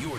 You're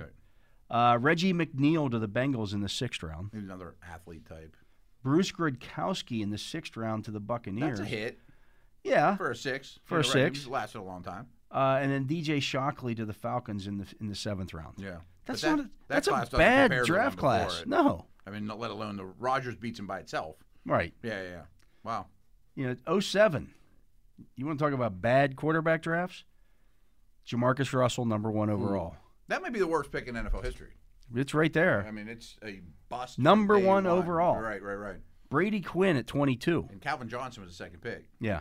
Right. Uh, Reggie McNeil to the Bengals in the sixth round. He was another athlete type. Bruce Grodkowski in the sixth round to the Buccaneers. That's a hit Yeah, for a six. For a You're right. He six. was- lasted a long time. uh, and then DJ Shockley to the Falcons in the in the seventh round. Yeah. That's that- not. A, that that's class a doesn't compare bad to the draft one before class. it. No, I mean, let alone the Rogers beats him by itself. right. Yeah, yeah, yeah. Wow. You know, 07. You want to talk about bad quarterback drafts? Jamarcus Russell, number one Mm-hmm. overall. That may be the worst pick in NFL history. It's right there. I mean, it's a bust. from Number day one overall. Right, right, right. Brady Quinn at 22. And Calvin Johnson was the second pick. Yeah.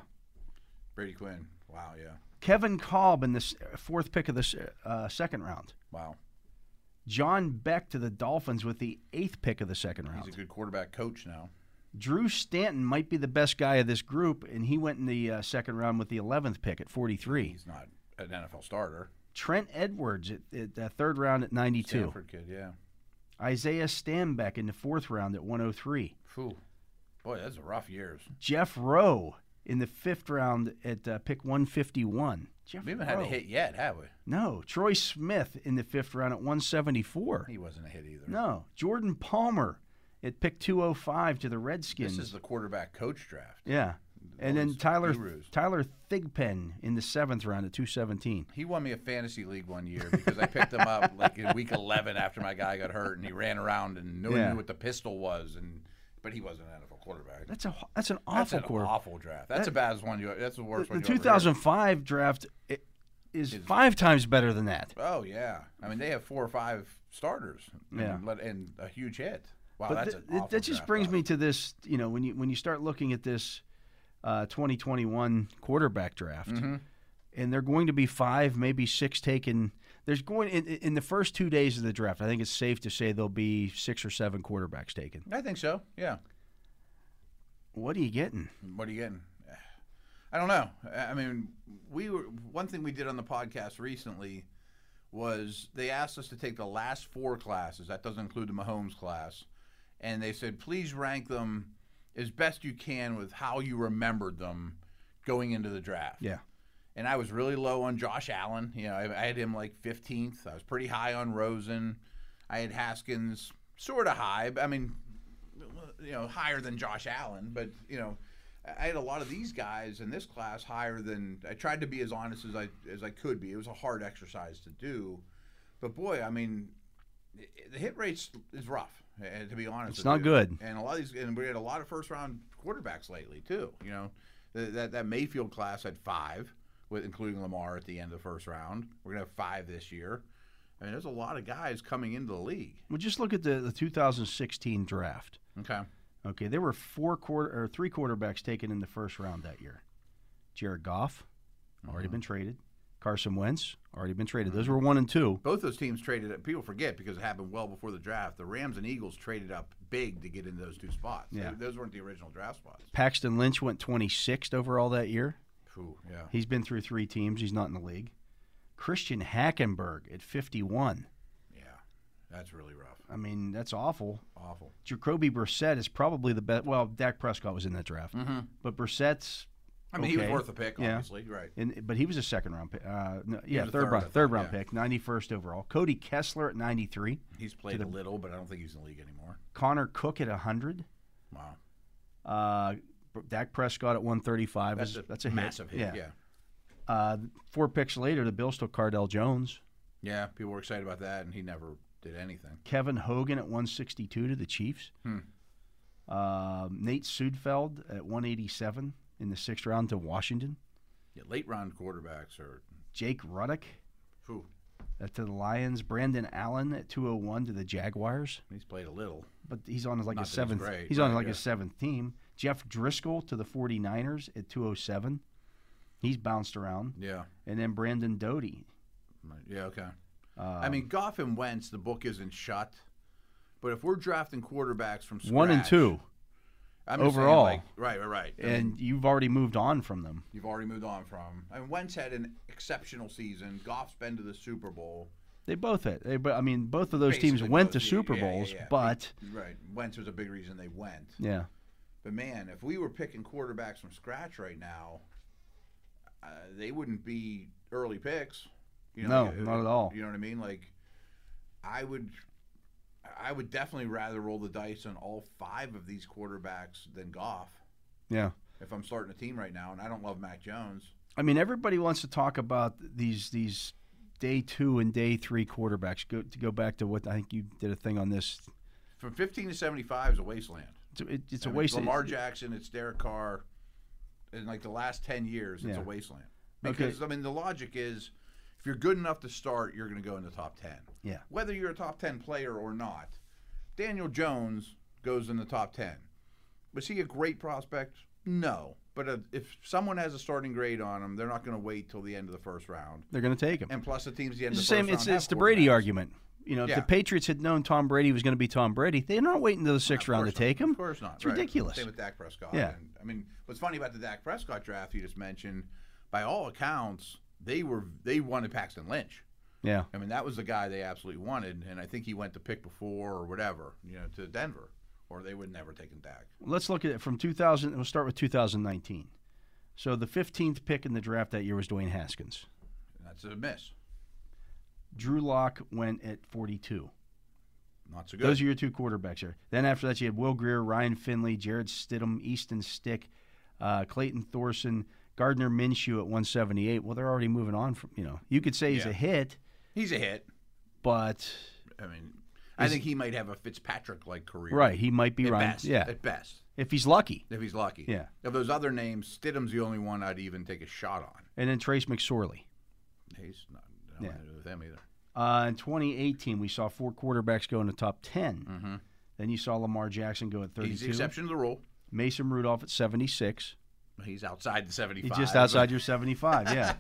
Brady Quinn. Wow, yeah. Kevin Cobb in the s- fourth pick of the s- uh, second round. Wow. John Beck to the Dolphins with the eighth pick of the second round. He's a good quarterback coach now. Drew Stanton might be the best guy of this group, and he went in the uh, second round with the 11th pick at 43. He's not an NFL starter. Trent Edwards at, at uh, third round at 92. Stanford kid, yeah. Isaiah Stanbeck in the fourth round at 103. Phew. Boy, that's a rough years. Jeff Rowe in the fifth round at uh, pick 151. Jeff We haven't had a Rowe. hit yet, have we? No. Troy Smith in the fifth round at 174. He wasn't a hit either. No. Jordan Palmer at pick 205 to the Redskins. This is the quarterback coach draft. yeah. And all then these Tyler gurus. Tyler Thigpen in the seventh round at 217. He won me a fantasy league one year because I picked him up like in week 11 after my guy got hurt, and he ran around and no one Yeah. knew what the pistol was, and but he wasn't an NFL quarterback. That's a that's an That's awful an quarterback. awful draft. That's the baddest one. You. That's the worst the one. the you ever heard. 2005 draft i- is five times better than that. Oh yeah. I mean, they have four or five starters. and Yeah. let- And a huge hit. Wow, But that's th- an th- awful that just draft brings class. me to this. You know, when you when you start looking at this uh, 2021 quarterback draft, Mm-hmm. and they're going to be five, maybe six taken. There's going in, in the first two days of the draft. I think it's safe to say there'll be six or seven quarterbacks taken. I think so. Yeah. What are you getting? What are you getting? I don't know. I I mean, we were one thing we did on the podcast recently was they asked us to take the last four classes. That doesn't include the Mahomes class, and they said please rank them as best you can with how you remembered them going into the draft. Yeah, and I was really low on Josh Allen. You know, I, I had him like 15th. I was pretty high on Rosen. I had Haskins sort of high. but I mean, you know, higher than Josh Allen, but you know, I I had a lot of these guys in this class higher than I tried to be as honest as I as I could be. It was a hard exercise to do, but boy, I mean, i- i- the hit rates is rough. eh, To be It's honest, with not you. good. And a lot of these, and we had a lot of first round quarterbacks lately too. You know, Th- that that Mayfield class had five, with including Lamar at the end of the first round. We're gonna have five this year. I mean, there's a lot of guys coming into the league. well, just look at the, the 2016 draft. Okay. Okay, there were four quarter or three quarterbacks taken in the first round that year. Jared Goff, Mm-hmm. already been traded. Carson Wentz, already been traded. Those were one and two. Both those teams traded up. People forget because it happened well before the draft. The Rams and Eagles traded up big to get into those two spots. Yeah. They- those weren't the original draft spots. Paxton Lynch went 26th overall that year. Phew, yeah. He's been through three teams. He's not in the league. Christian Hackenberg at 51. Yeah. That's really rough. I mean, that's awful. Awful. Jacoby Brissett is probably the best. Well, Dak Prescott was in that draft, Mm-hmm. but Brissett's I mean, he was Okay. worth a pick, Yeah. obviously. Right. And, but he was a second round pick. Uh, no, yeah, was third, a third, I round, think, third round yeah. pick, ninety first overall. Cody Kessler at ninety three. He's played a little, but I don't think he's in the league anymore. Connor Cook at hundred. Wow. Uh, Dak Prescott at one thirty five. That's That's, a, a hit. massive hit. Yeah. yeah. Uh, four picks later, the Bills took Cardell Jones. People were excited about that, and he never did anything. Kevin Hogan at 162 to the Chiefs. Hmm. Um, Nate Sudfeld at 187 in the sixth round to Washington. Yeah, late round quarterbacks are. Jake Ruddock Phew. uh, to the Lions. Brandon Allen at 201 to the Jaguars. He's played a little. But he's on like Not his that he's seventh. He's, great, on right, like yeah. his seventh team. Jeff Driscoll to the 49ers at 207. He's bounced around. Yeah. And then Brandon Doty. Right. Yeah, okay. I Um, mean, Goff and Wentz, the book isn't shut. But if we're drafting quarterbacks from scratch, One and two. I'm just saying, overall. like, right, right, right. I mean, And you've already moved on from them. you've already moved on from. I mean, Wentz had an exceptional season. Goff's been to the Super Bowl. They both had. They, but I mean, both of those teams Basically went both, to yeah, Super yeah, yeah, Bowls, yeah. but Right, Wentz was a big reason they went. yeah. But man, if we were picking quarterbacks from scratch right now, uh, they wouldn't be early picks. You No, know, like, uh, not at all. You know what I mean? Like, I would, I would definitely rather roll the dice on all five of these quarterbacks than Goff. Yeah. If I'm starting a team right now, and I don't love Mac Jones, I mean, everybody wants to talk about these these day two and day three quarterbacks. Go to go back to what I think you did a thing on this. From 15 to 75 is a wasteland. It's, a- it, it's I a mean, waste. Lamar Jackson, it's Derek Carr. In like the last ten years, it's Yeah. a wasteland. Okay. Because I mean, the logic is, if you're good enough to start, you're going to go in the top ten. Yeah. Whether you're a top ten player or not, Daniel Jones goes in the top ten. Was he a great prospect? No. But uh, if someone has a starting grade on him, they're not going to wait till the end of the first round. They're going to take him. And plus, the team's the end It's the of the first same. round It's, have it's the Brady quarterbacks. argument. You know, if Yeah. the Patriots had known Tom Brady was going to be Tom Brady, they're not waiting till the sixth Of round to course not. take him. Of course not. It's right. ridiculous. Same with Dak Prescott. Yeah. And, I mean, what's funny about the Dak Prescott draft you just mentioned, by all accounts, they were they wanted Paxton Lynch. Yeah. I mean, that was the guy they absolutely wanted, and I think he went to pick before or whatever, you know, to Denver, or they would never taken Dak. Let's look at it from 2000. We'll start with 2019. So the 15th pick in the draft that year was Dwayne Haskins. And that's a miss. Drew Lock went at 42. Not so good. Those are your two quarterbacks here. Then after that, you had Will Greer, Ryan Finley, Jared Stidham, Easton Stick, uh, Clayton Thorson, Gardner Minshew at 178. Well, they're already moving on from, you know, you could say he's Yeah. a hit, He's a hit. but I mean, I think he might have a Fitzpatrick like career. right, he might be At right. best. Yeah. At best, If he's lucky. if he's lucky. Yeah. Of those other names, Stidham's the only one I'd even take a shot on. And then Trace McSorley. He's not. I don't Yeah. want to do with him either. Uh, in 2018, we saw four quarterbacks go in the top 10. Then you saw Lamar Jackson go at Mm-hmm. He's the 32. exception to the rule. Mason Rudolph at 76. He's outside the 75. He's just outside your 75, yeah.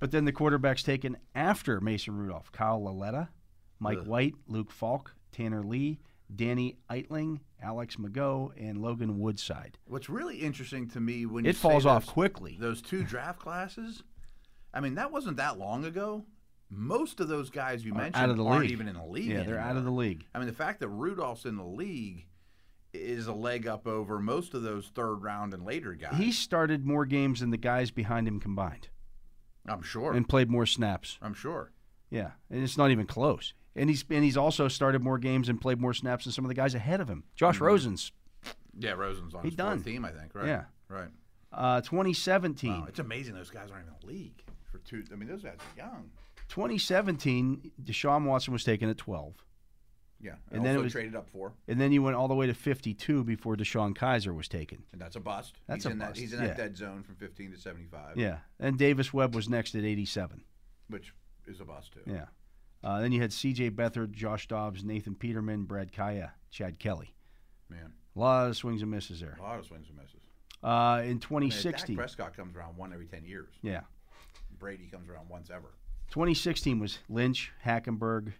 but then the quarterbacks taken after Mason Rudolph Kyle Laletta, Mike White, Luke Falk, Tanner Lee, Danny Eitling, Alex Mago, and Logan Woodside. What's really interesting to me when you It falls say off those- quickly. Those two draft classes, I mean, that wasn't that long ago. Most of those guys you mentioned out of the aren't league. even in the league. Yeah, they're out of the anymore. league. I mean, the fact that Rudolph's in the league is a leg up over most of those third round and later guys. He started more games than the guys behind him combined I'm sure. and played more snaps. I'm sure. Yeah, and it's not even close. And he's and he's also started more games and played more snaps than some of the guys ahead of him. Josh Hmm. Rosen's Yeah, Rosen's on He his fourth done. team, I think. Right. Yeah. Right. uh, 2017. Wow, it's amazing those guys aren't even in the league for two. I mean, those guys are young. 2017, Deshaun Watson was taken at 12. Yeah, And then it also was- traded up for, And then you went all the way to 52 before Deshaun Kaiser was taken. and that's a bust. That's he's a in bust, That, he's in that yeah. dead zone from 15 to 75, Yeah. And Davis Webb was next at 87. which is a bust too. Yeah. Uh, then you had C.J. Beathard, Josh Dobbs, Nathan Peterman, Brad Kaya, Chad Kelly. Man, A lot of swings and misses there. a lot of swings and misses. Uh, in I mean, Dak 2016, Prescott comes around one every 10 years. yeah, Brady comes around once ever. 2016 was Lynch, Hackenberg.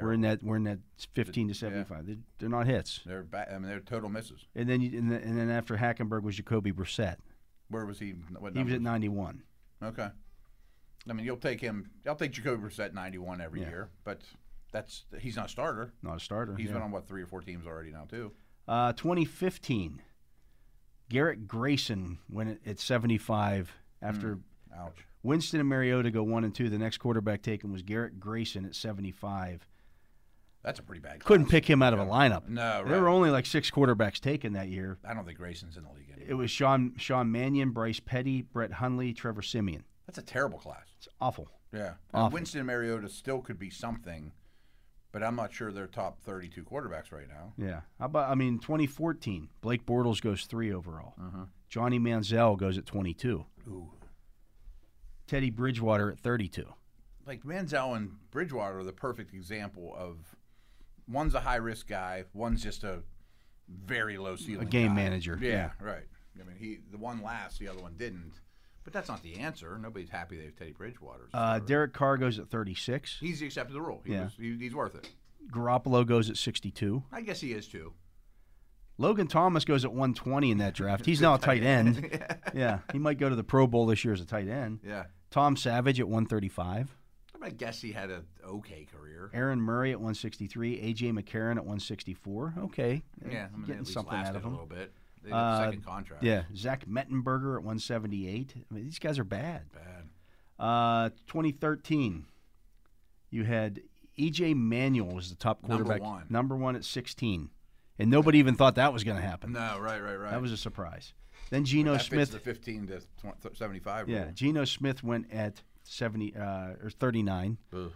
We're in that we're in that 15 to 75. They're, they're not hits. They're ba- I mean, they're total misses. And then you, and, then and then after Hackenberg was Jacoby Brissett. Where was he? What He was at numbers? 91. Okay. I mean, you'll take him. I'll take Jacoby Brissett 91 every Yeah. year, but that's he's not a starter. Not a starter. He's yeah. been on what three or four teams already now too. Uh, 2015, Garrett Grayson went at- at 75 after Hmm. Ouch. Winston and Mariota go one and two. The next quarterback taken was Garrett Grayson at 75. That's a pretty bad. Couldn't class. pick him out of a lineup. No, There right. were only like six quarterbacks taken that year. I don't think Grayson's in the league anymore. It was Sean Sean Mannion, Bryce Petty, Brett Hundley, Trevor Simeon. That's a terrible class. It's awful. Yeah. Awful. Winston and Mariota still could be something, but I'm not sure they're top 32 quarterbacks right now. Yeah. How about I mean 2014, Blake Bortles goes three overall. Uh-huh. Johnny Manziel goes at 22. Ooh. Teddy Bridgewater at 32. Like Manziel and Bridgewater are the perfect example of one's a high risk guy, one's just a very low ceiling game guy. manager, Yeah, right. I mean, he the one last, the other one didn't. But that's not the answer. Nobody's happy they have Teddy Bridgewater. as a Uh, starter. Derek Carr goes at 36. he's the accepted the rule. He Yeah. was, he, he's worth it. Garoppolo goes at 62. I guess he is too. Logan Thomas goes at 120 in that draft. He's now a tight end. yeah, he might go to the Pro Bowl this year as a tight end. Yeah. Tom Savage at 135. I guess he had an okay career. Aaron Murray at 163. AJ McCarron at 164. Okay. Yeah, I mean, they getting at least something out lasted of him. a little bit. They had a second contract. Yeah, Zach Mettenberger at 178. I mean, these guys are bad. Bad. Uh, 2013, you had EJ Manuel was the top Number quarterback, one. number one at 16, and nobody even thought that was going to happen. No, right, right, right. That was a surprise. Then Geno That fits Smith the 15 to 20, 75 Yeah, rule. Geno Smith went at seventy uh, or thirty nine, Ugh.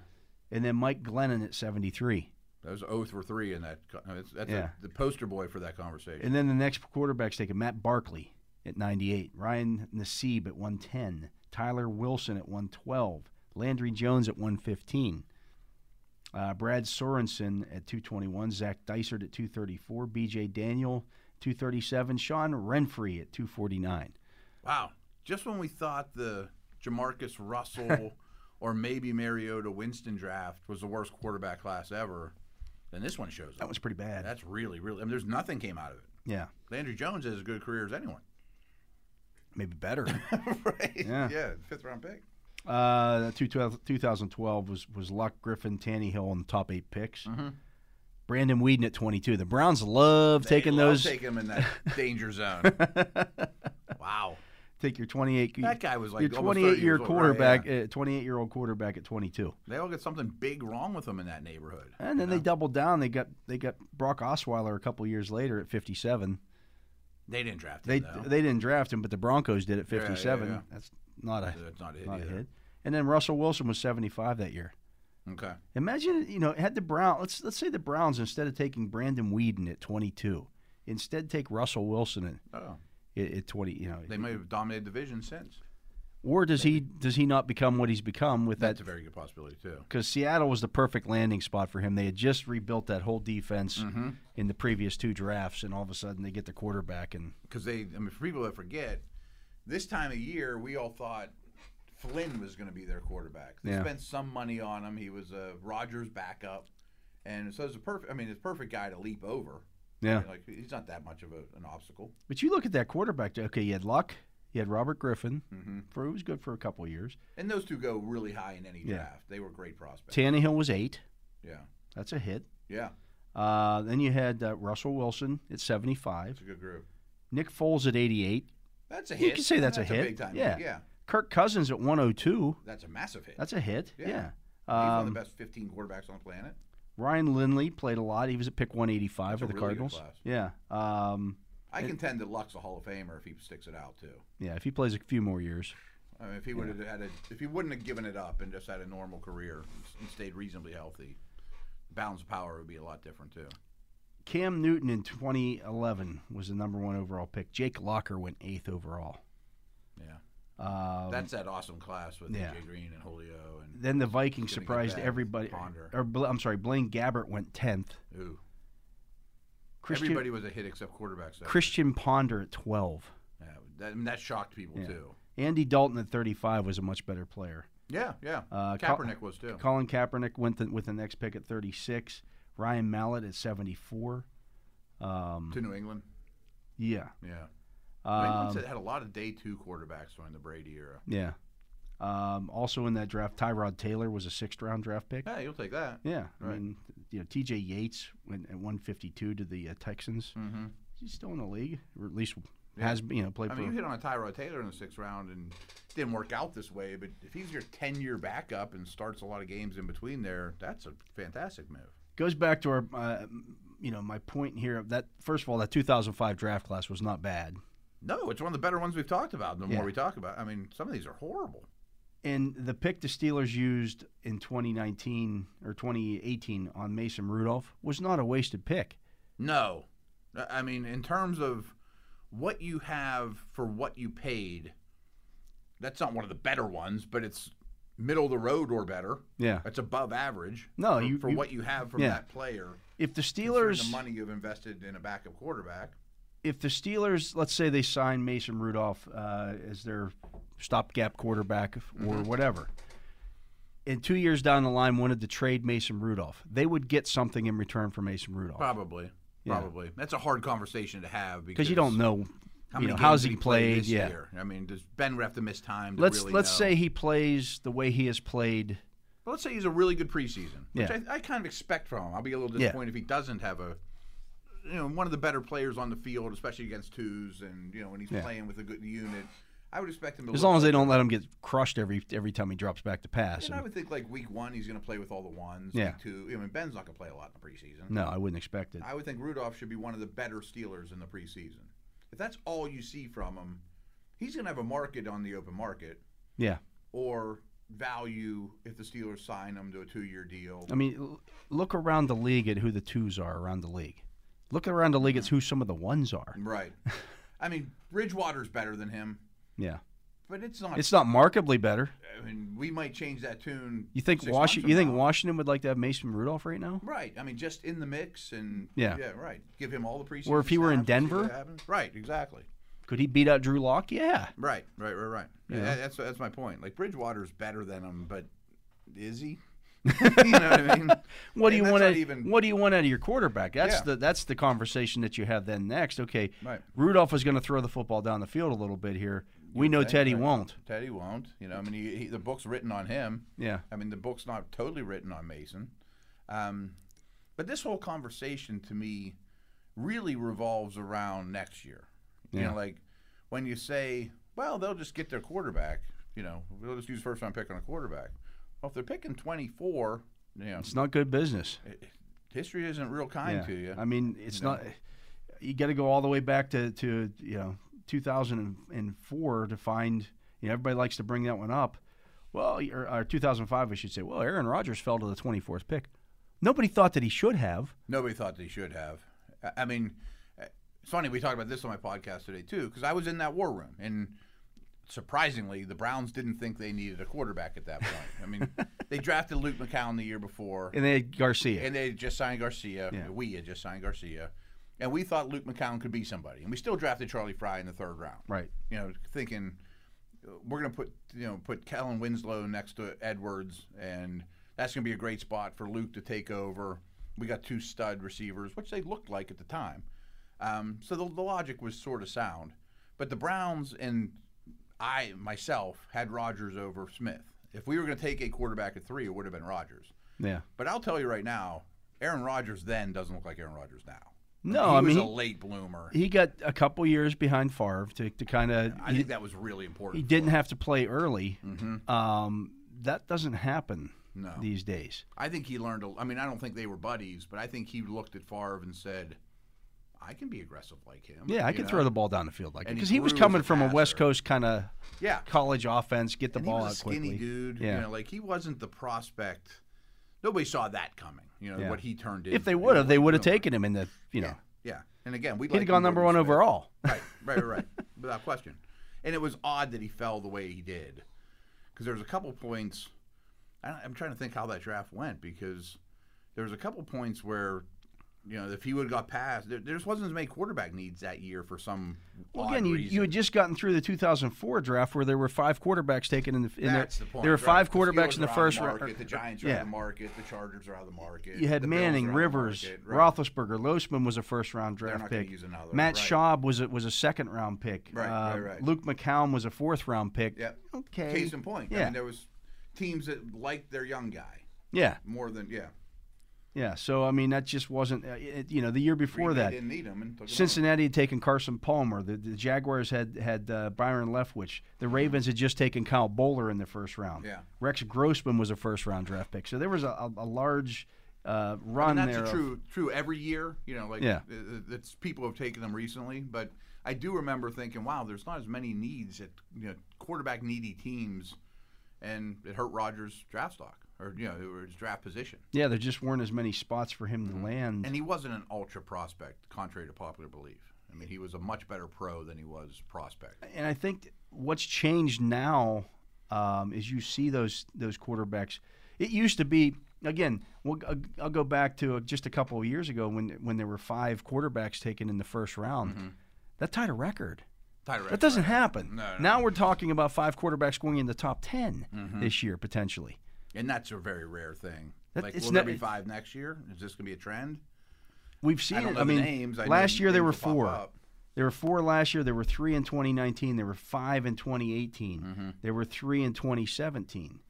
and then Mike Glennon at seventy three. Those oath were three in that. co- That's, that's Yeah. a, the poster boy for that conversation. And then the next quarterback's taken Matt Barkley at 98, Ryan Nassib at 110, Tyler Wilson at 112, Landry Jones at 115, uh, Brad Sorensen at 221, Zach Dysert at 234, BJ Daniel 237, Sean Renfrey at 249. Wow. Just when we thought the Jamarcus Russell or maybe Mariota Winston draft was the worst quarterback class ever, then this one shows That up. was pretty bad. That's really, really. I mean, there's nothing came out of it. yeah, Landry Jones has as good a career as anyone. maybe better. right. Yeah. Fifth round pick. Uh, two- 2012 was was Luck, Griffin, Tannehill on the top eight picks. Brandon Whedon at 22. The Browns love taking Mm-hmm. They love those. Taking him in that danger zone. wow. take your 28 That guy was like your almost 28 30 year years old, right? quarterback Yeah. uh, 28 year old quarterback at 22 They all got something big wrong with them in that neighborhood. and then they doubled down they got they got Brock Osweiler a couple years later at 57 They didn't draft they him. though. they didn't draft him but the Broncos did at Yeah, yeah, 57 yeah. that's not a That's not it not a either. hit and then Russell Wilson was 75 that year Okay. imagine you know had the Brown let's let's say the Browns instead of taking Brandon Whedon at 22 instead take Russell Wilson Oh, at, at, at 20 you know they may have dominated division since. or does he does he not become what he's become with that That's a very good possibility too. because Seattle was the perfect landing spot for him. They had just rebuilt that whole defense in the previous two drafts, and all of a sudden they get the quarterback. And Because they, I mean, for people that forget, this time of year we all thought Flynn was going to be their quarterback. They Yeah. spent some money on him. He was a Rogers backup, and so it's a perfect. I mean, it's a perfect guy to leap over. yeah, Like he's not that much of a, an obstacle. but you look at that quarterback. Okay, you had Luck, you had Robert Griffin, Mm-hmm. for who was good for a couple of years. And those two go really high in any Yeah. draft. They were great prospects. Tannehill was eight. Yeah, That's a hit. yeah, Uh, then you had uh, Russell Wilson at it's 75, a good group. Nick Foles at 88, That's a You hit. could say that's a hit. big time. Yeah. hit. yeah, Kirk Cousins at 102. that's a massive hit. That's a hit. Yeah. Yeah. He's one Um, of the best 15 quarterbacks on the planet. Ryan Lindley played a lot. He was at pick 185 That's for a the really good Cardinals. class. Yeah. Um, I contend that Luck's a Hall of Famer if he sticks it out too. yeah. If he plays a few more years. I mean, if he would have had a, if he wouldn't have given it up and just had a normal career and s- and stayed reasonably healthy, the balance of power would be a lot different too. Cam Newton in 2011 was the number one overall pick. Jake Locker went eighth overall. Yeah, Um, that's that awesome class with yeah. AJ Green and Julio and then the Vikings Gonna get surprised that, everybody. Ponder. Or Bla- I'm sorry, Blaine Gabbert went 10th. ooh, Christian everybody was a hit except quarterbacks. that Christian Ponder at 12. year. yeah, that, I mean, that shocked people Yeah. too. Andy Dalton at 35 was a much better player. Yeah, yeah. Uh, Col- Kaepernick was too. Colin Kaepernick went th- with the next pick at 36. Ryan Mallett at 74. Um, to New England. yeah. Yeah, New England Um, said- had a lot of day two quarterbacks during the Brady era. yeah. Um, also in that draft, Tyrod Taylor was a sixth round draft pick. Yeah, you'll take that. Yeah, I Right. mean, you know, T.J. Yates went at 152 to the uh, Texans. Mm-hmm. He's still in the league, or at least Yeah. has you know played I for. mean, you hit on a Tyrod Taylor in the sixth round and it didn't work out this way, but if he's your 10 year backup and starts a lot of games in between there, that's a fantastic move. Goes back to our, uh, you know, my point here. of That first of all, that 2005 draft class was not bad, No, it's one of the better ones we've talked about. The Yeah. more we talk about, I mean, some of these are horrible. and the pick the Steelers used in 2019 or 2018 on Mason Rudolph was not a wasted pick. No, I- I mean, in terms of what you have for what you paid, that's not one of the better ones, but it's middle of the road or better. Yeah, That's above average. No, for, you- for you- what you have from yeah. that player. if the considering Steelers the money you've invested in a backup quarterback. if the Steelers, let's say they sign Mason Rudolph uh, as their stopgap quarterback or Mm-hmm. whatever, and two years down the line wanted to trade Mason Rudolph, they would get something in return for Mason Rudolph Probably. Yeah. Probably. That's a hard conversation to have because because you don't know, how you many know, games how's did he play played? this Yeah. year? I mean, does Ben have to miss time? To Let's really let's know? say he plays the way he has played. Well, let's say he's a really good preseason, which Yeah. I, I kind of expect from him. I'll be a little Yeah. disappointed if he doesn't have a, you know, one of the better players on the field, especially against twos, and you know when he's Yeah. playing with a good unit. I would expect him to. As look long as like- they don't let him get crushed every every time he drops back to pass. And I And- would think like week one he's going to play with all the ones. Yeah. Week two, I mean Ben's not going to play a lot in the preseason. no, I wouldn't expect it. I would think Rudolph should be one of the better Steelers in the preseason. If that's all you see from him, he's going to have a market on the open market, Yeah, or value if the Steelers sign him to a two-year deal. I mean, l- look around the league at who the twos are around the league. Look around the league at who some of the ones are. Right. I mean, Bridgewater's better than him, Yeah, but it's not. it's not markedly better. I mean, we might change that tune. You think six months Washington? from You think now. Washington would like to have Mason Rudolph right now? Right. I mean, just in the mix and Yeah. right. Give him all the preseason. Or if he were in snaps and see Denver? what happens. Right. Exactly. Could he beat out Drew Lock? Yeah. Right. Right. Right. Right. Yeah. That- That's that's my point. Like Bridgewater's better than him, but is he? you know what I mean? What do And you that's want? not Out, even- What do you want out of your quarterback? That's Yeah. the that's the conversation that you have then next. Okay, Right. Rudolph is going to throw the football down the field a little bit here. We know think, Teddy right. won't. Teddy won't. You know, I mean, he, he, the book's written on him. Yeah, I mean, the book's not totally written on Mason. Um, but this whole conversation to me really revolves around next year. You Yeah. know, like when you say, well, they'll just get their quarterback, you know, they'll just use first round pick on a quarterback. Well, if they're picking 24, you know, it's not good business. history isn't real kind Yeah. to you. I mean, it's not. You got to go all the way back to, to you know 2004 to find. You know, everybody likes to bring that one up. Well, or, or 2005, I should say. Well, Aaron Rodgers fell to the 24th pick. Nobody thought that he should have. Nobody thought they should have. I- I mean, uh, it's funny we talked about this on my podcast today too, because I was in that war room, and surprisingly, the Browns didn't think they needed a quarterback at that point. I mean, they drafted Luke McCown the year before, And they had Garcia. and they had just signed Garcia. Yeah. We had just signed Garcia, and we thought Luke McCown could be somebody, and we still drafted Charlie Fry in the third round right. you know, thinking uh, we're going to put you know put Kellen Winslow next to Edwards, and that's going to be a great spot for Luke to take over. We got two stud receivers, which they looked like at the time. Um, so the, the logic was sort of sound, but the Browns and I myself had Rodgers over Smith. If we were going to take a quarterback at three, it would have been Rodgers. Yeah. But I'll tell you right now, Aaron Rodgers then doesn't look like Aaron Rodgers now. No, he I was mean, a late bloomer. he got a couple years behind Favre to, to kind of. I think that was really important. He for didn't him. have to play early. Um, that doesn't happen No. these days. I think he learned. A, I mean, I don't think they were buddies, but I think he looked at Favre and said, "I can be aggressive like him." Yeah, I you can know? throw the ball down the field like And he because he, was grew as a coming from a West passer. Coast kind of Yeah, college offense, get the and he ball was a out skinny quickly. dude. Yeah. you know, like he wasn't the prospect. Nobody saw that coming. You know Yeah. what he turned into. If they you would know, have, they what would have he learned. taken him in the you know Yeah, and again, we he'd have gone number one overall. Right, right, right, right. without question. And it was odd that he fell the way he did, because there was a couple points. I don't, I'm trying to think how that draft went because there was a couple points where, you know, if he would have got past, there, there just wasn't as many quarterback needs that year for some Well, odd again, you, reason. you had just gotten through the 2004 draft where there were five quarterbacks taken in the. In That's the, the point. There were right. five The quarterbacks Steelers in the are out of first the round. market, The Giants are yeah. out of the market. The Chargers are out of the market. You had the Bills Manning, are out of the Rivers, market, right. Roethlisberger, Losman was a first round They're draft not gonna pick. use another, Matt right. Schaub was a, was a second round pick. Right, right, Uh, right. Luke McCown was a fourth round pick. Yep. Okay. Case in point. I Yeah. mean, there was teams that liked their young guy Yeah, more than yeah. yeah. So I mean, that just wasn't. Uh, it, you know, the year before Green Bay that, didn't need him and took him out. Cincinnati had taken Carson Palmer. The, the Jaguars had had uh, Byron Leftwich. The Ravens had just taken Kyle Bowler in the first round. Yeah. Rex Grossman was a first round draft pick. So there was a, a, a large uh, run And that's there. a of- true true every year. You know, like Yeah. uh, uh, that's people have taken them recently, but I do remember thinking, wow, there's not as many needs at you know quarterback needy teams, and it hurt Rogers' draft stock or you know or his draft position. yeah, there just weren't as many spots for him to land. Mm-hmm. And he wasn't an ultra prospect, contrary to popular belief. I mean, he was a much better pro than he was prospect. and I think what's changed now um, is you see those those quarterbacks. It used to be again. We'll, I'll go back to just a couple of years ago when when there were five quarterbacks taken in the first round. That tied a record. Tyrod. That doesn't happen. Mm-hmm. No, Mm-hmm. no. Now we're talking about five quarterbacks going in the top 10 this year potentially. and that's a very rare thing. That- like, it's will there not- be five next year? Is this going to be a trend? We've seen I don't it. know I the mean, names. I know last year there names were will pop four. up. There were four last year. There were three in 2019. There were five in 2018. Mm-hmm. There were three in 2017.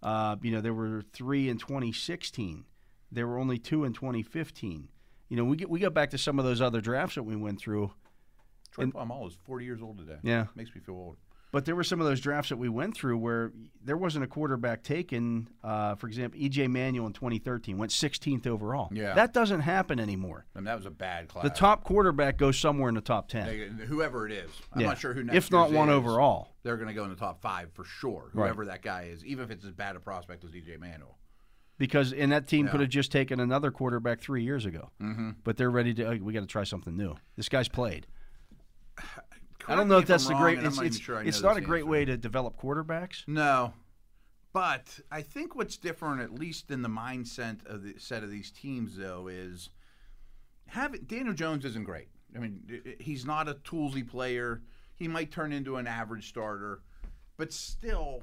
Uh, you know, there were three in 2016. There were only two in 2015. You know, we get, we got back to some of those other drafts that we went through. Troy Palomalo is 40 years old today. Yeah. Makes me feel old. But there were some of those drafts that we went through where there wasn't a quarterback taken. Uh, for example, EJ Manuel in 2013 went 16th overall. Yeah. That doesn't happen anymore. I mean, that was a bad class. The top quarterback goes somewhere in the top 10. They- whoever it is, I'm Yeah. not sure who. Next If not year's one is, overall. they're going to go in the top five for sure. Right. Whoever that guy is, even if it's as bad a prospect as DJ Manuel. because and that team could Yeah. have just taken another quarterback three years ago. Mm-hmm. But they're ready to. Oh, we got to try something new. This guy's played. I don't know if that's the great. It's, it's, it's not a great way to develop quarterbacks. No, but I think what's different, at least in the mindset of the set of these teams, though, is have Daniel Jones isn't great. I mean, i- i- he's not a toolsy player. He might turn into an average starter, but still,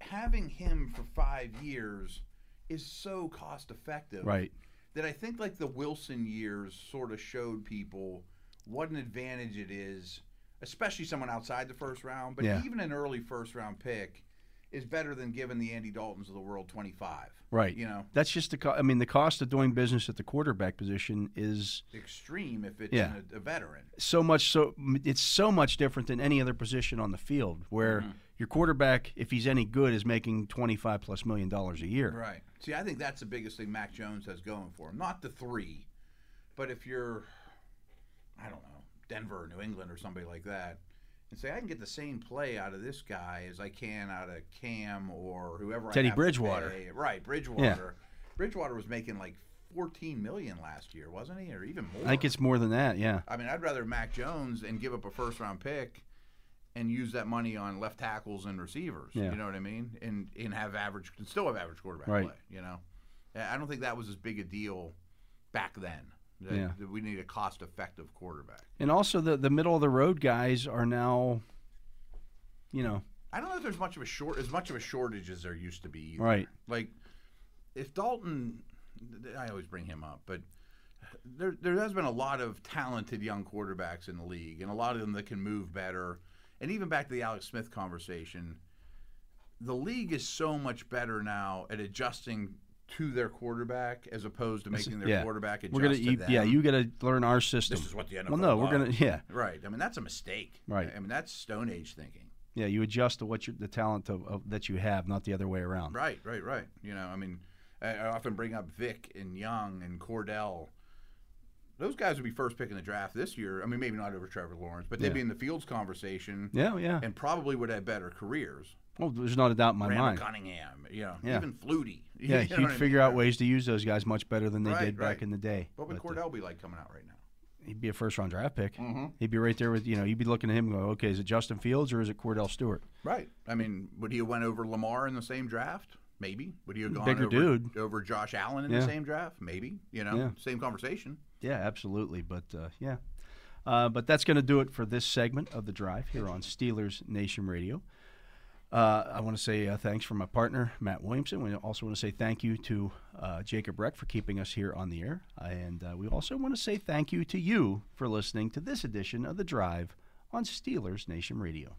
having him for five years is so cost effective Right. that I think like the Wilson years sort of showed people what an advantage it is, especially someone outside the first round, but Yeah. even an early first round pick is better than giving the Andy Daltons of the world 25. Right. You know, That's just the. Co- I mean, the cost of doing business at the quarterback position is extreme if it's Yeah. an- a, veteran. so much. So it's so much different than any other position on the field, where Mm-hmm. your quarterback, if he's any good, is making twenty five plus million dollars a year. Right. See, I think that's the biggest thing Mac Jones has going for him. Not the three, but if you're, I don't know, Denver or New England or somebody like that, and say, I can get the same play out of this guy as I can out of Cam or whoever I Teddy have to Bridgewater. pay." Right, Bridgewater. Bridgewater was making like 14 million last year, wasn't he? Or even more. I think it's more than that. Yeah. I mean, I'd rather Mac Jones and give up a first round pick and use that money on left tackles and receivers. Yeah. You know what I mean? And and have average and still have average quarterback Right. play. You know, I I don't think that was as big a deal back then. That, Yeah. that we need a cost effective quarterback. And also the the middle of the road guys are now, you know, I don't know if there's much of a short as much of a shortage as there used to be. Either. right. Like if Dalton, I always bring him up, but there there has been a lot of talented young quarterbacks in the league, and a lot of them that can move better. And even back to the Alex Smith conversation, the league is so much better now at adjusting to their quarterback as opposed to making their yeah. quarterback adjust We're gonna, to you, them. yeah, you got to learn our system. This is what the NFL. well, no, we're gonna, loves. yeah, Right. I mean, that's a mistake. Right. I mean, that's Stone Age thinking. yeah, you adjust to what you, the talent of, of, that you have, not the other way around. Right, right, right. You know, I mean, I, I often bring up Vic and Young and Cordell. Those guys would be first pick in the draft this year. I mean, maybe not over Trevor Lawrence, but they'd Yeah. be in the Fields conversation Yeah, yeah. and probably would have better careers. Well, there's not a doubt in my Randall mind. Cunningham, you know, Yeah. even Flutie. You Yeah, know you'd what I mean? figure out ways to use those guys much better than they Right, did right. back in the day. What would But, uh, Cordell Mm-hmm. be like coming out right now? he'd be a first round draft pick. He'd be right there with you know, you'd be looking at him and go, okay, is it Justin Fields or is it Cordell Stewart? Right. I mean, would he have went over Lamar in the same draft? Maybe. Would he have gone Bigger over, dude. over Josh Allen in Yeah. the same draft? Maybe. You know, Yeah. same conversation. Yeah, absolutely. But uh, yeah, uh, but that's going to do it for this segment of the drive here on Steelers Nation Radio. Uh, I want to say uh, thanks for my partner Matt Williamson. We also want to say thank you to uh, Jacob Reck for keeping us here on the air, and uh, we also want to say thank you to you for listening to this edition of the drive on Steelers Nation Radio.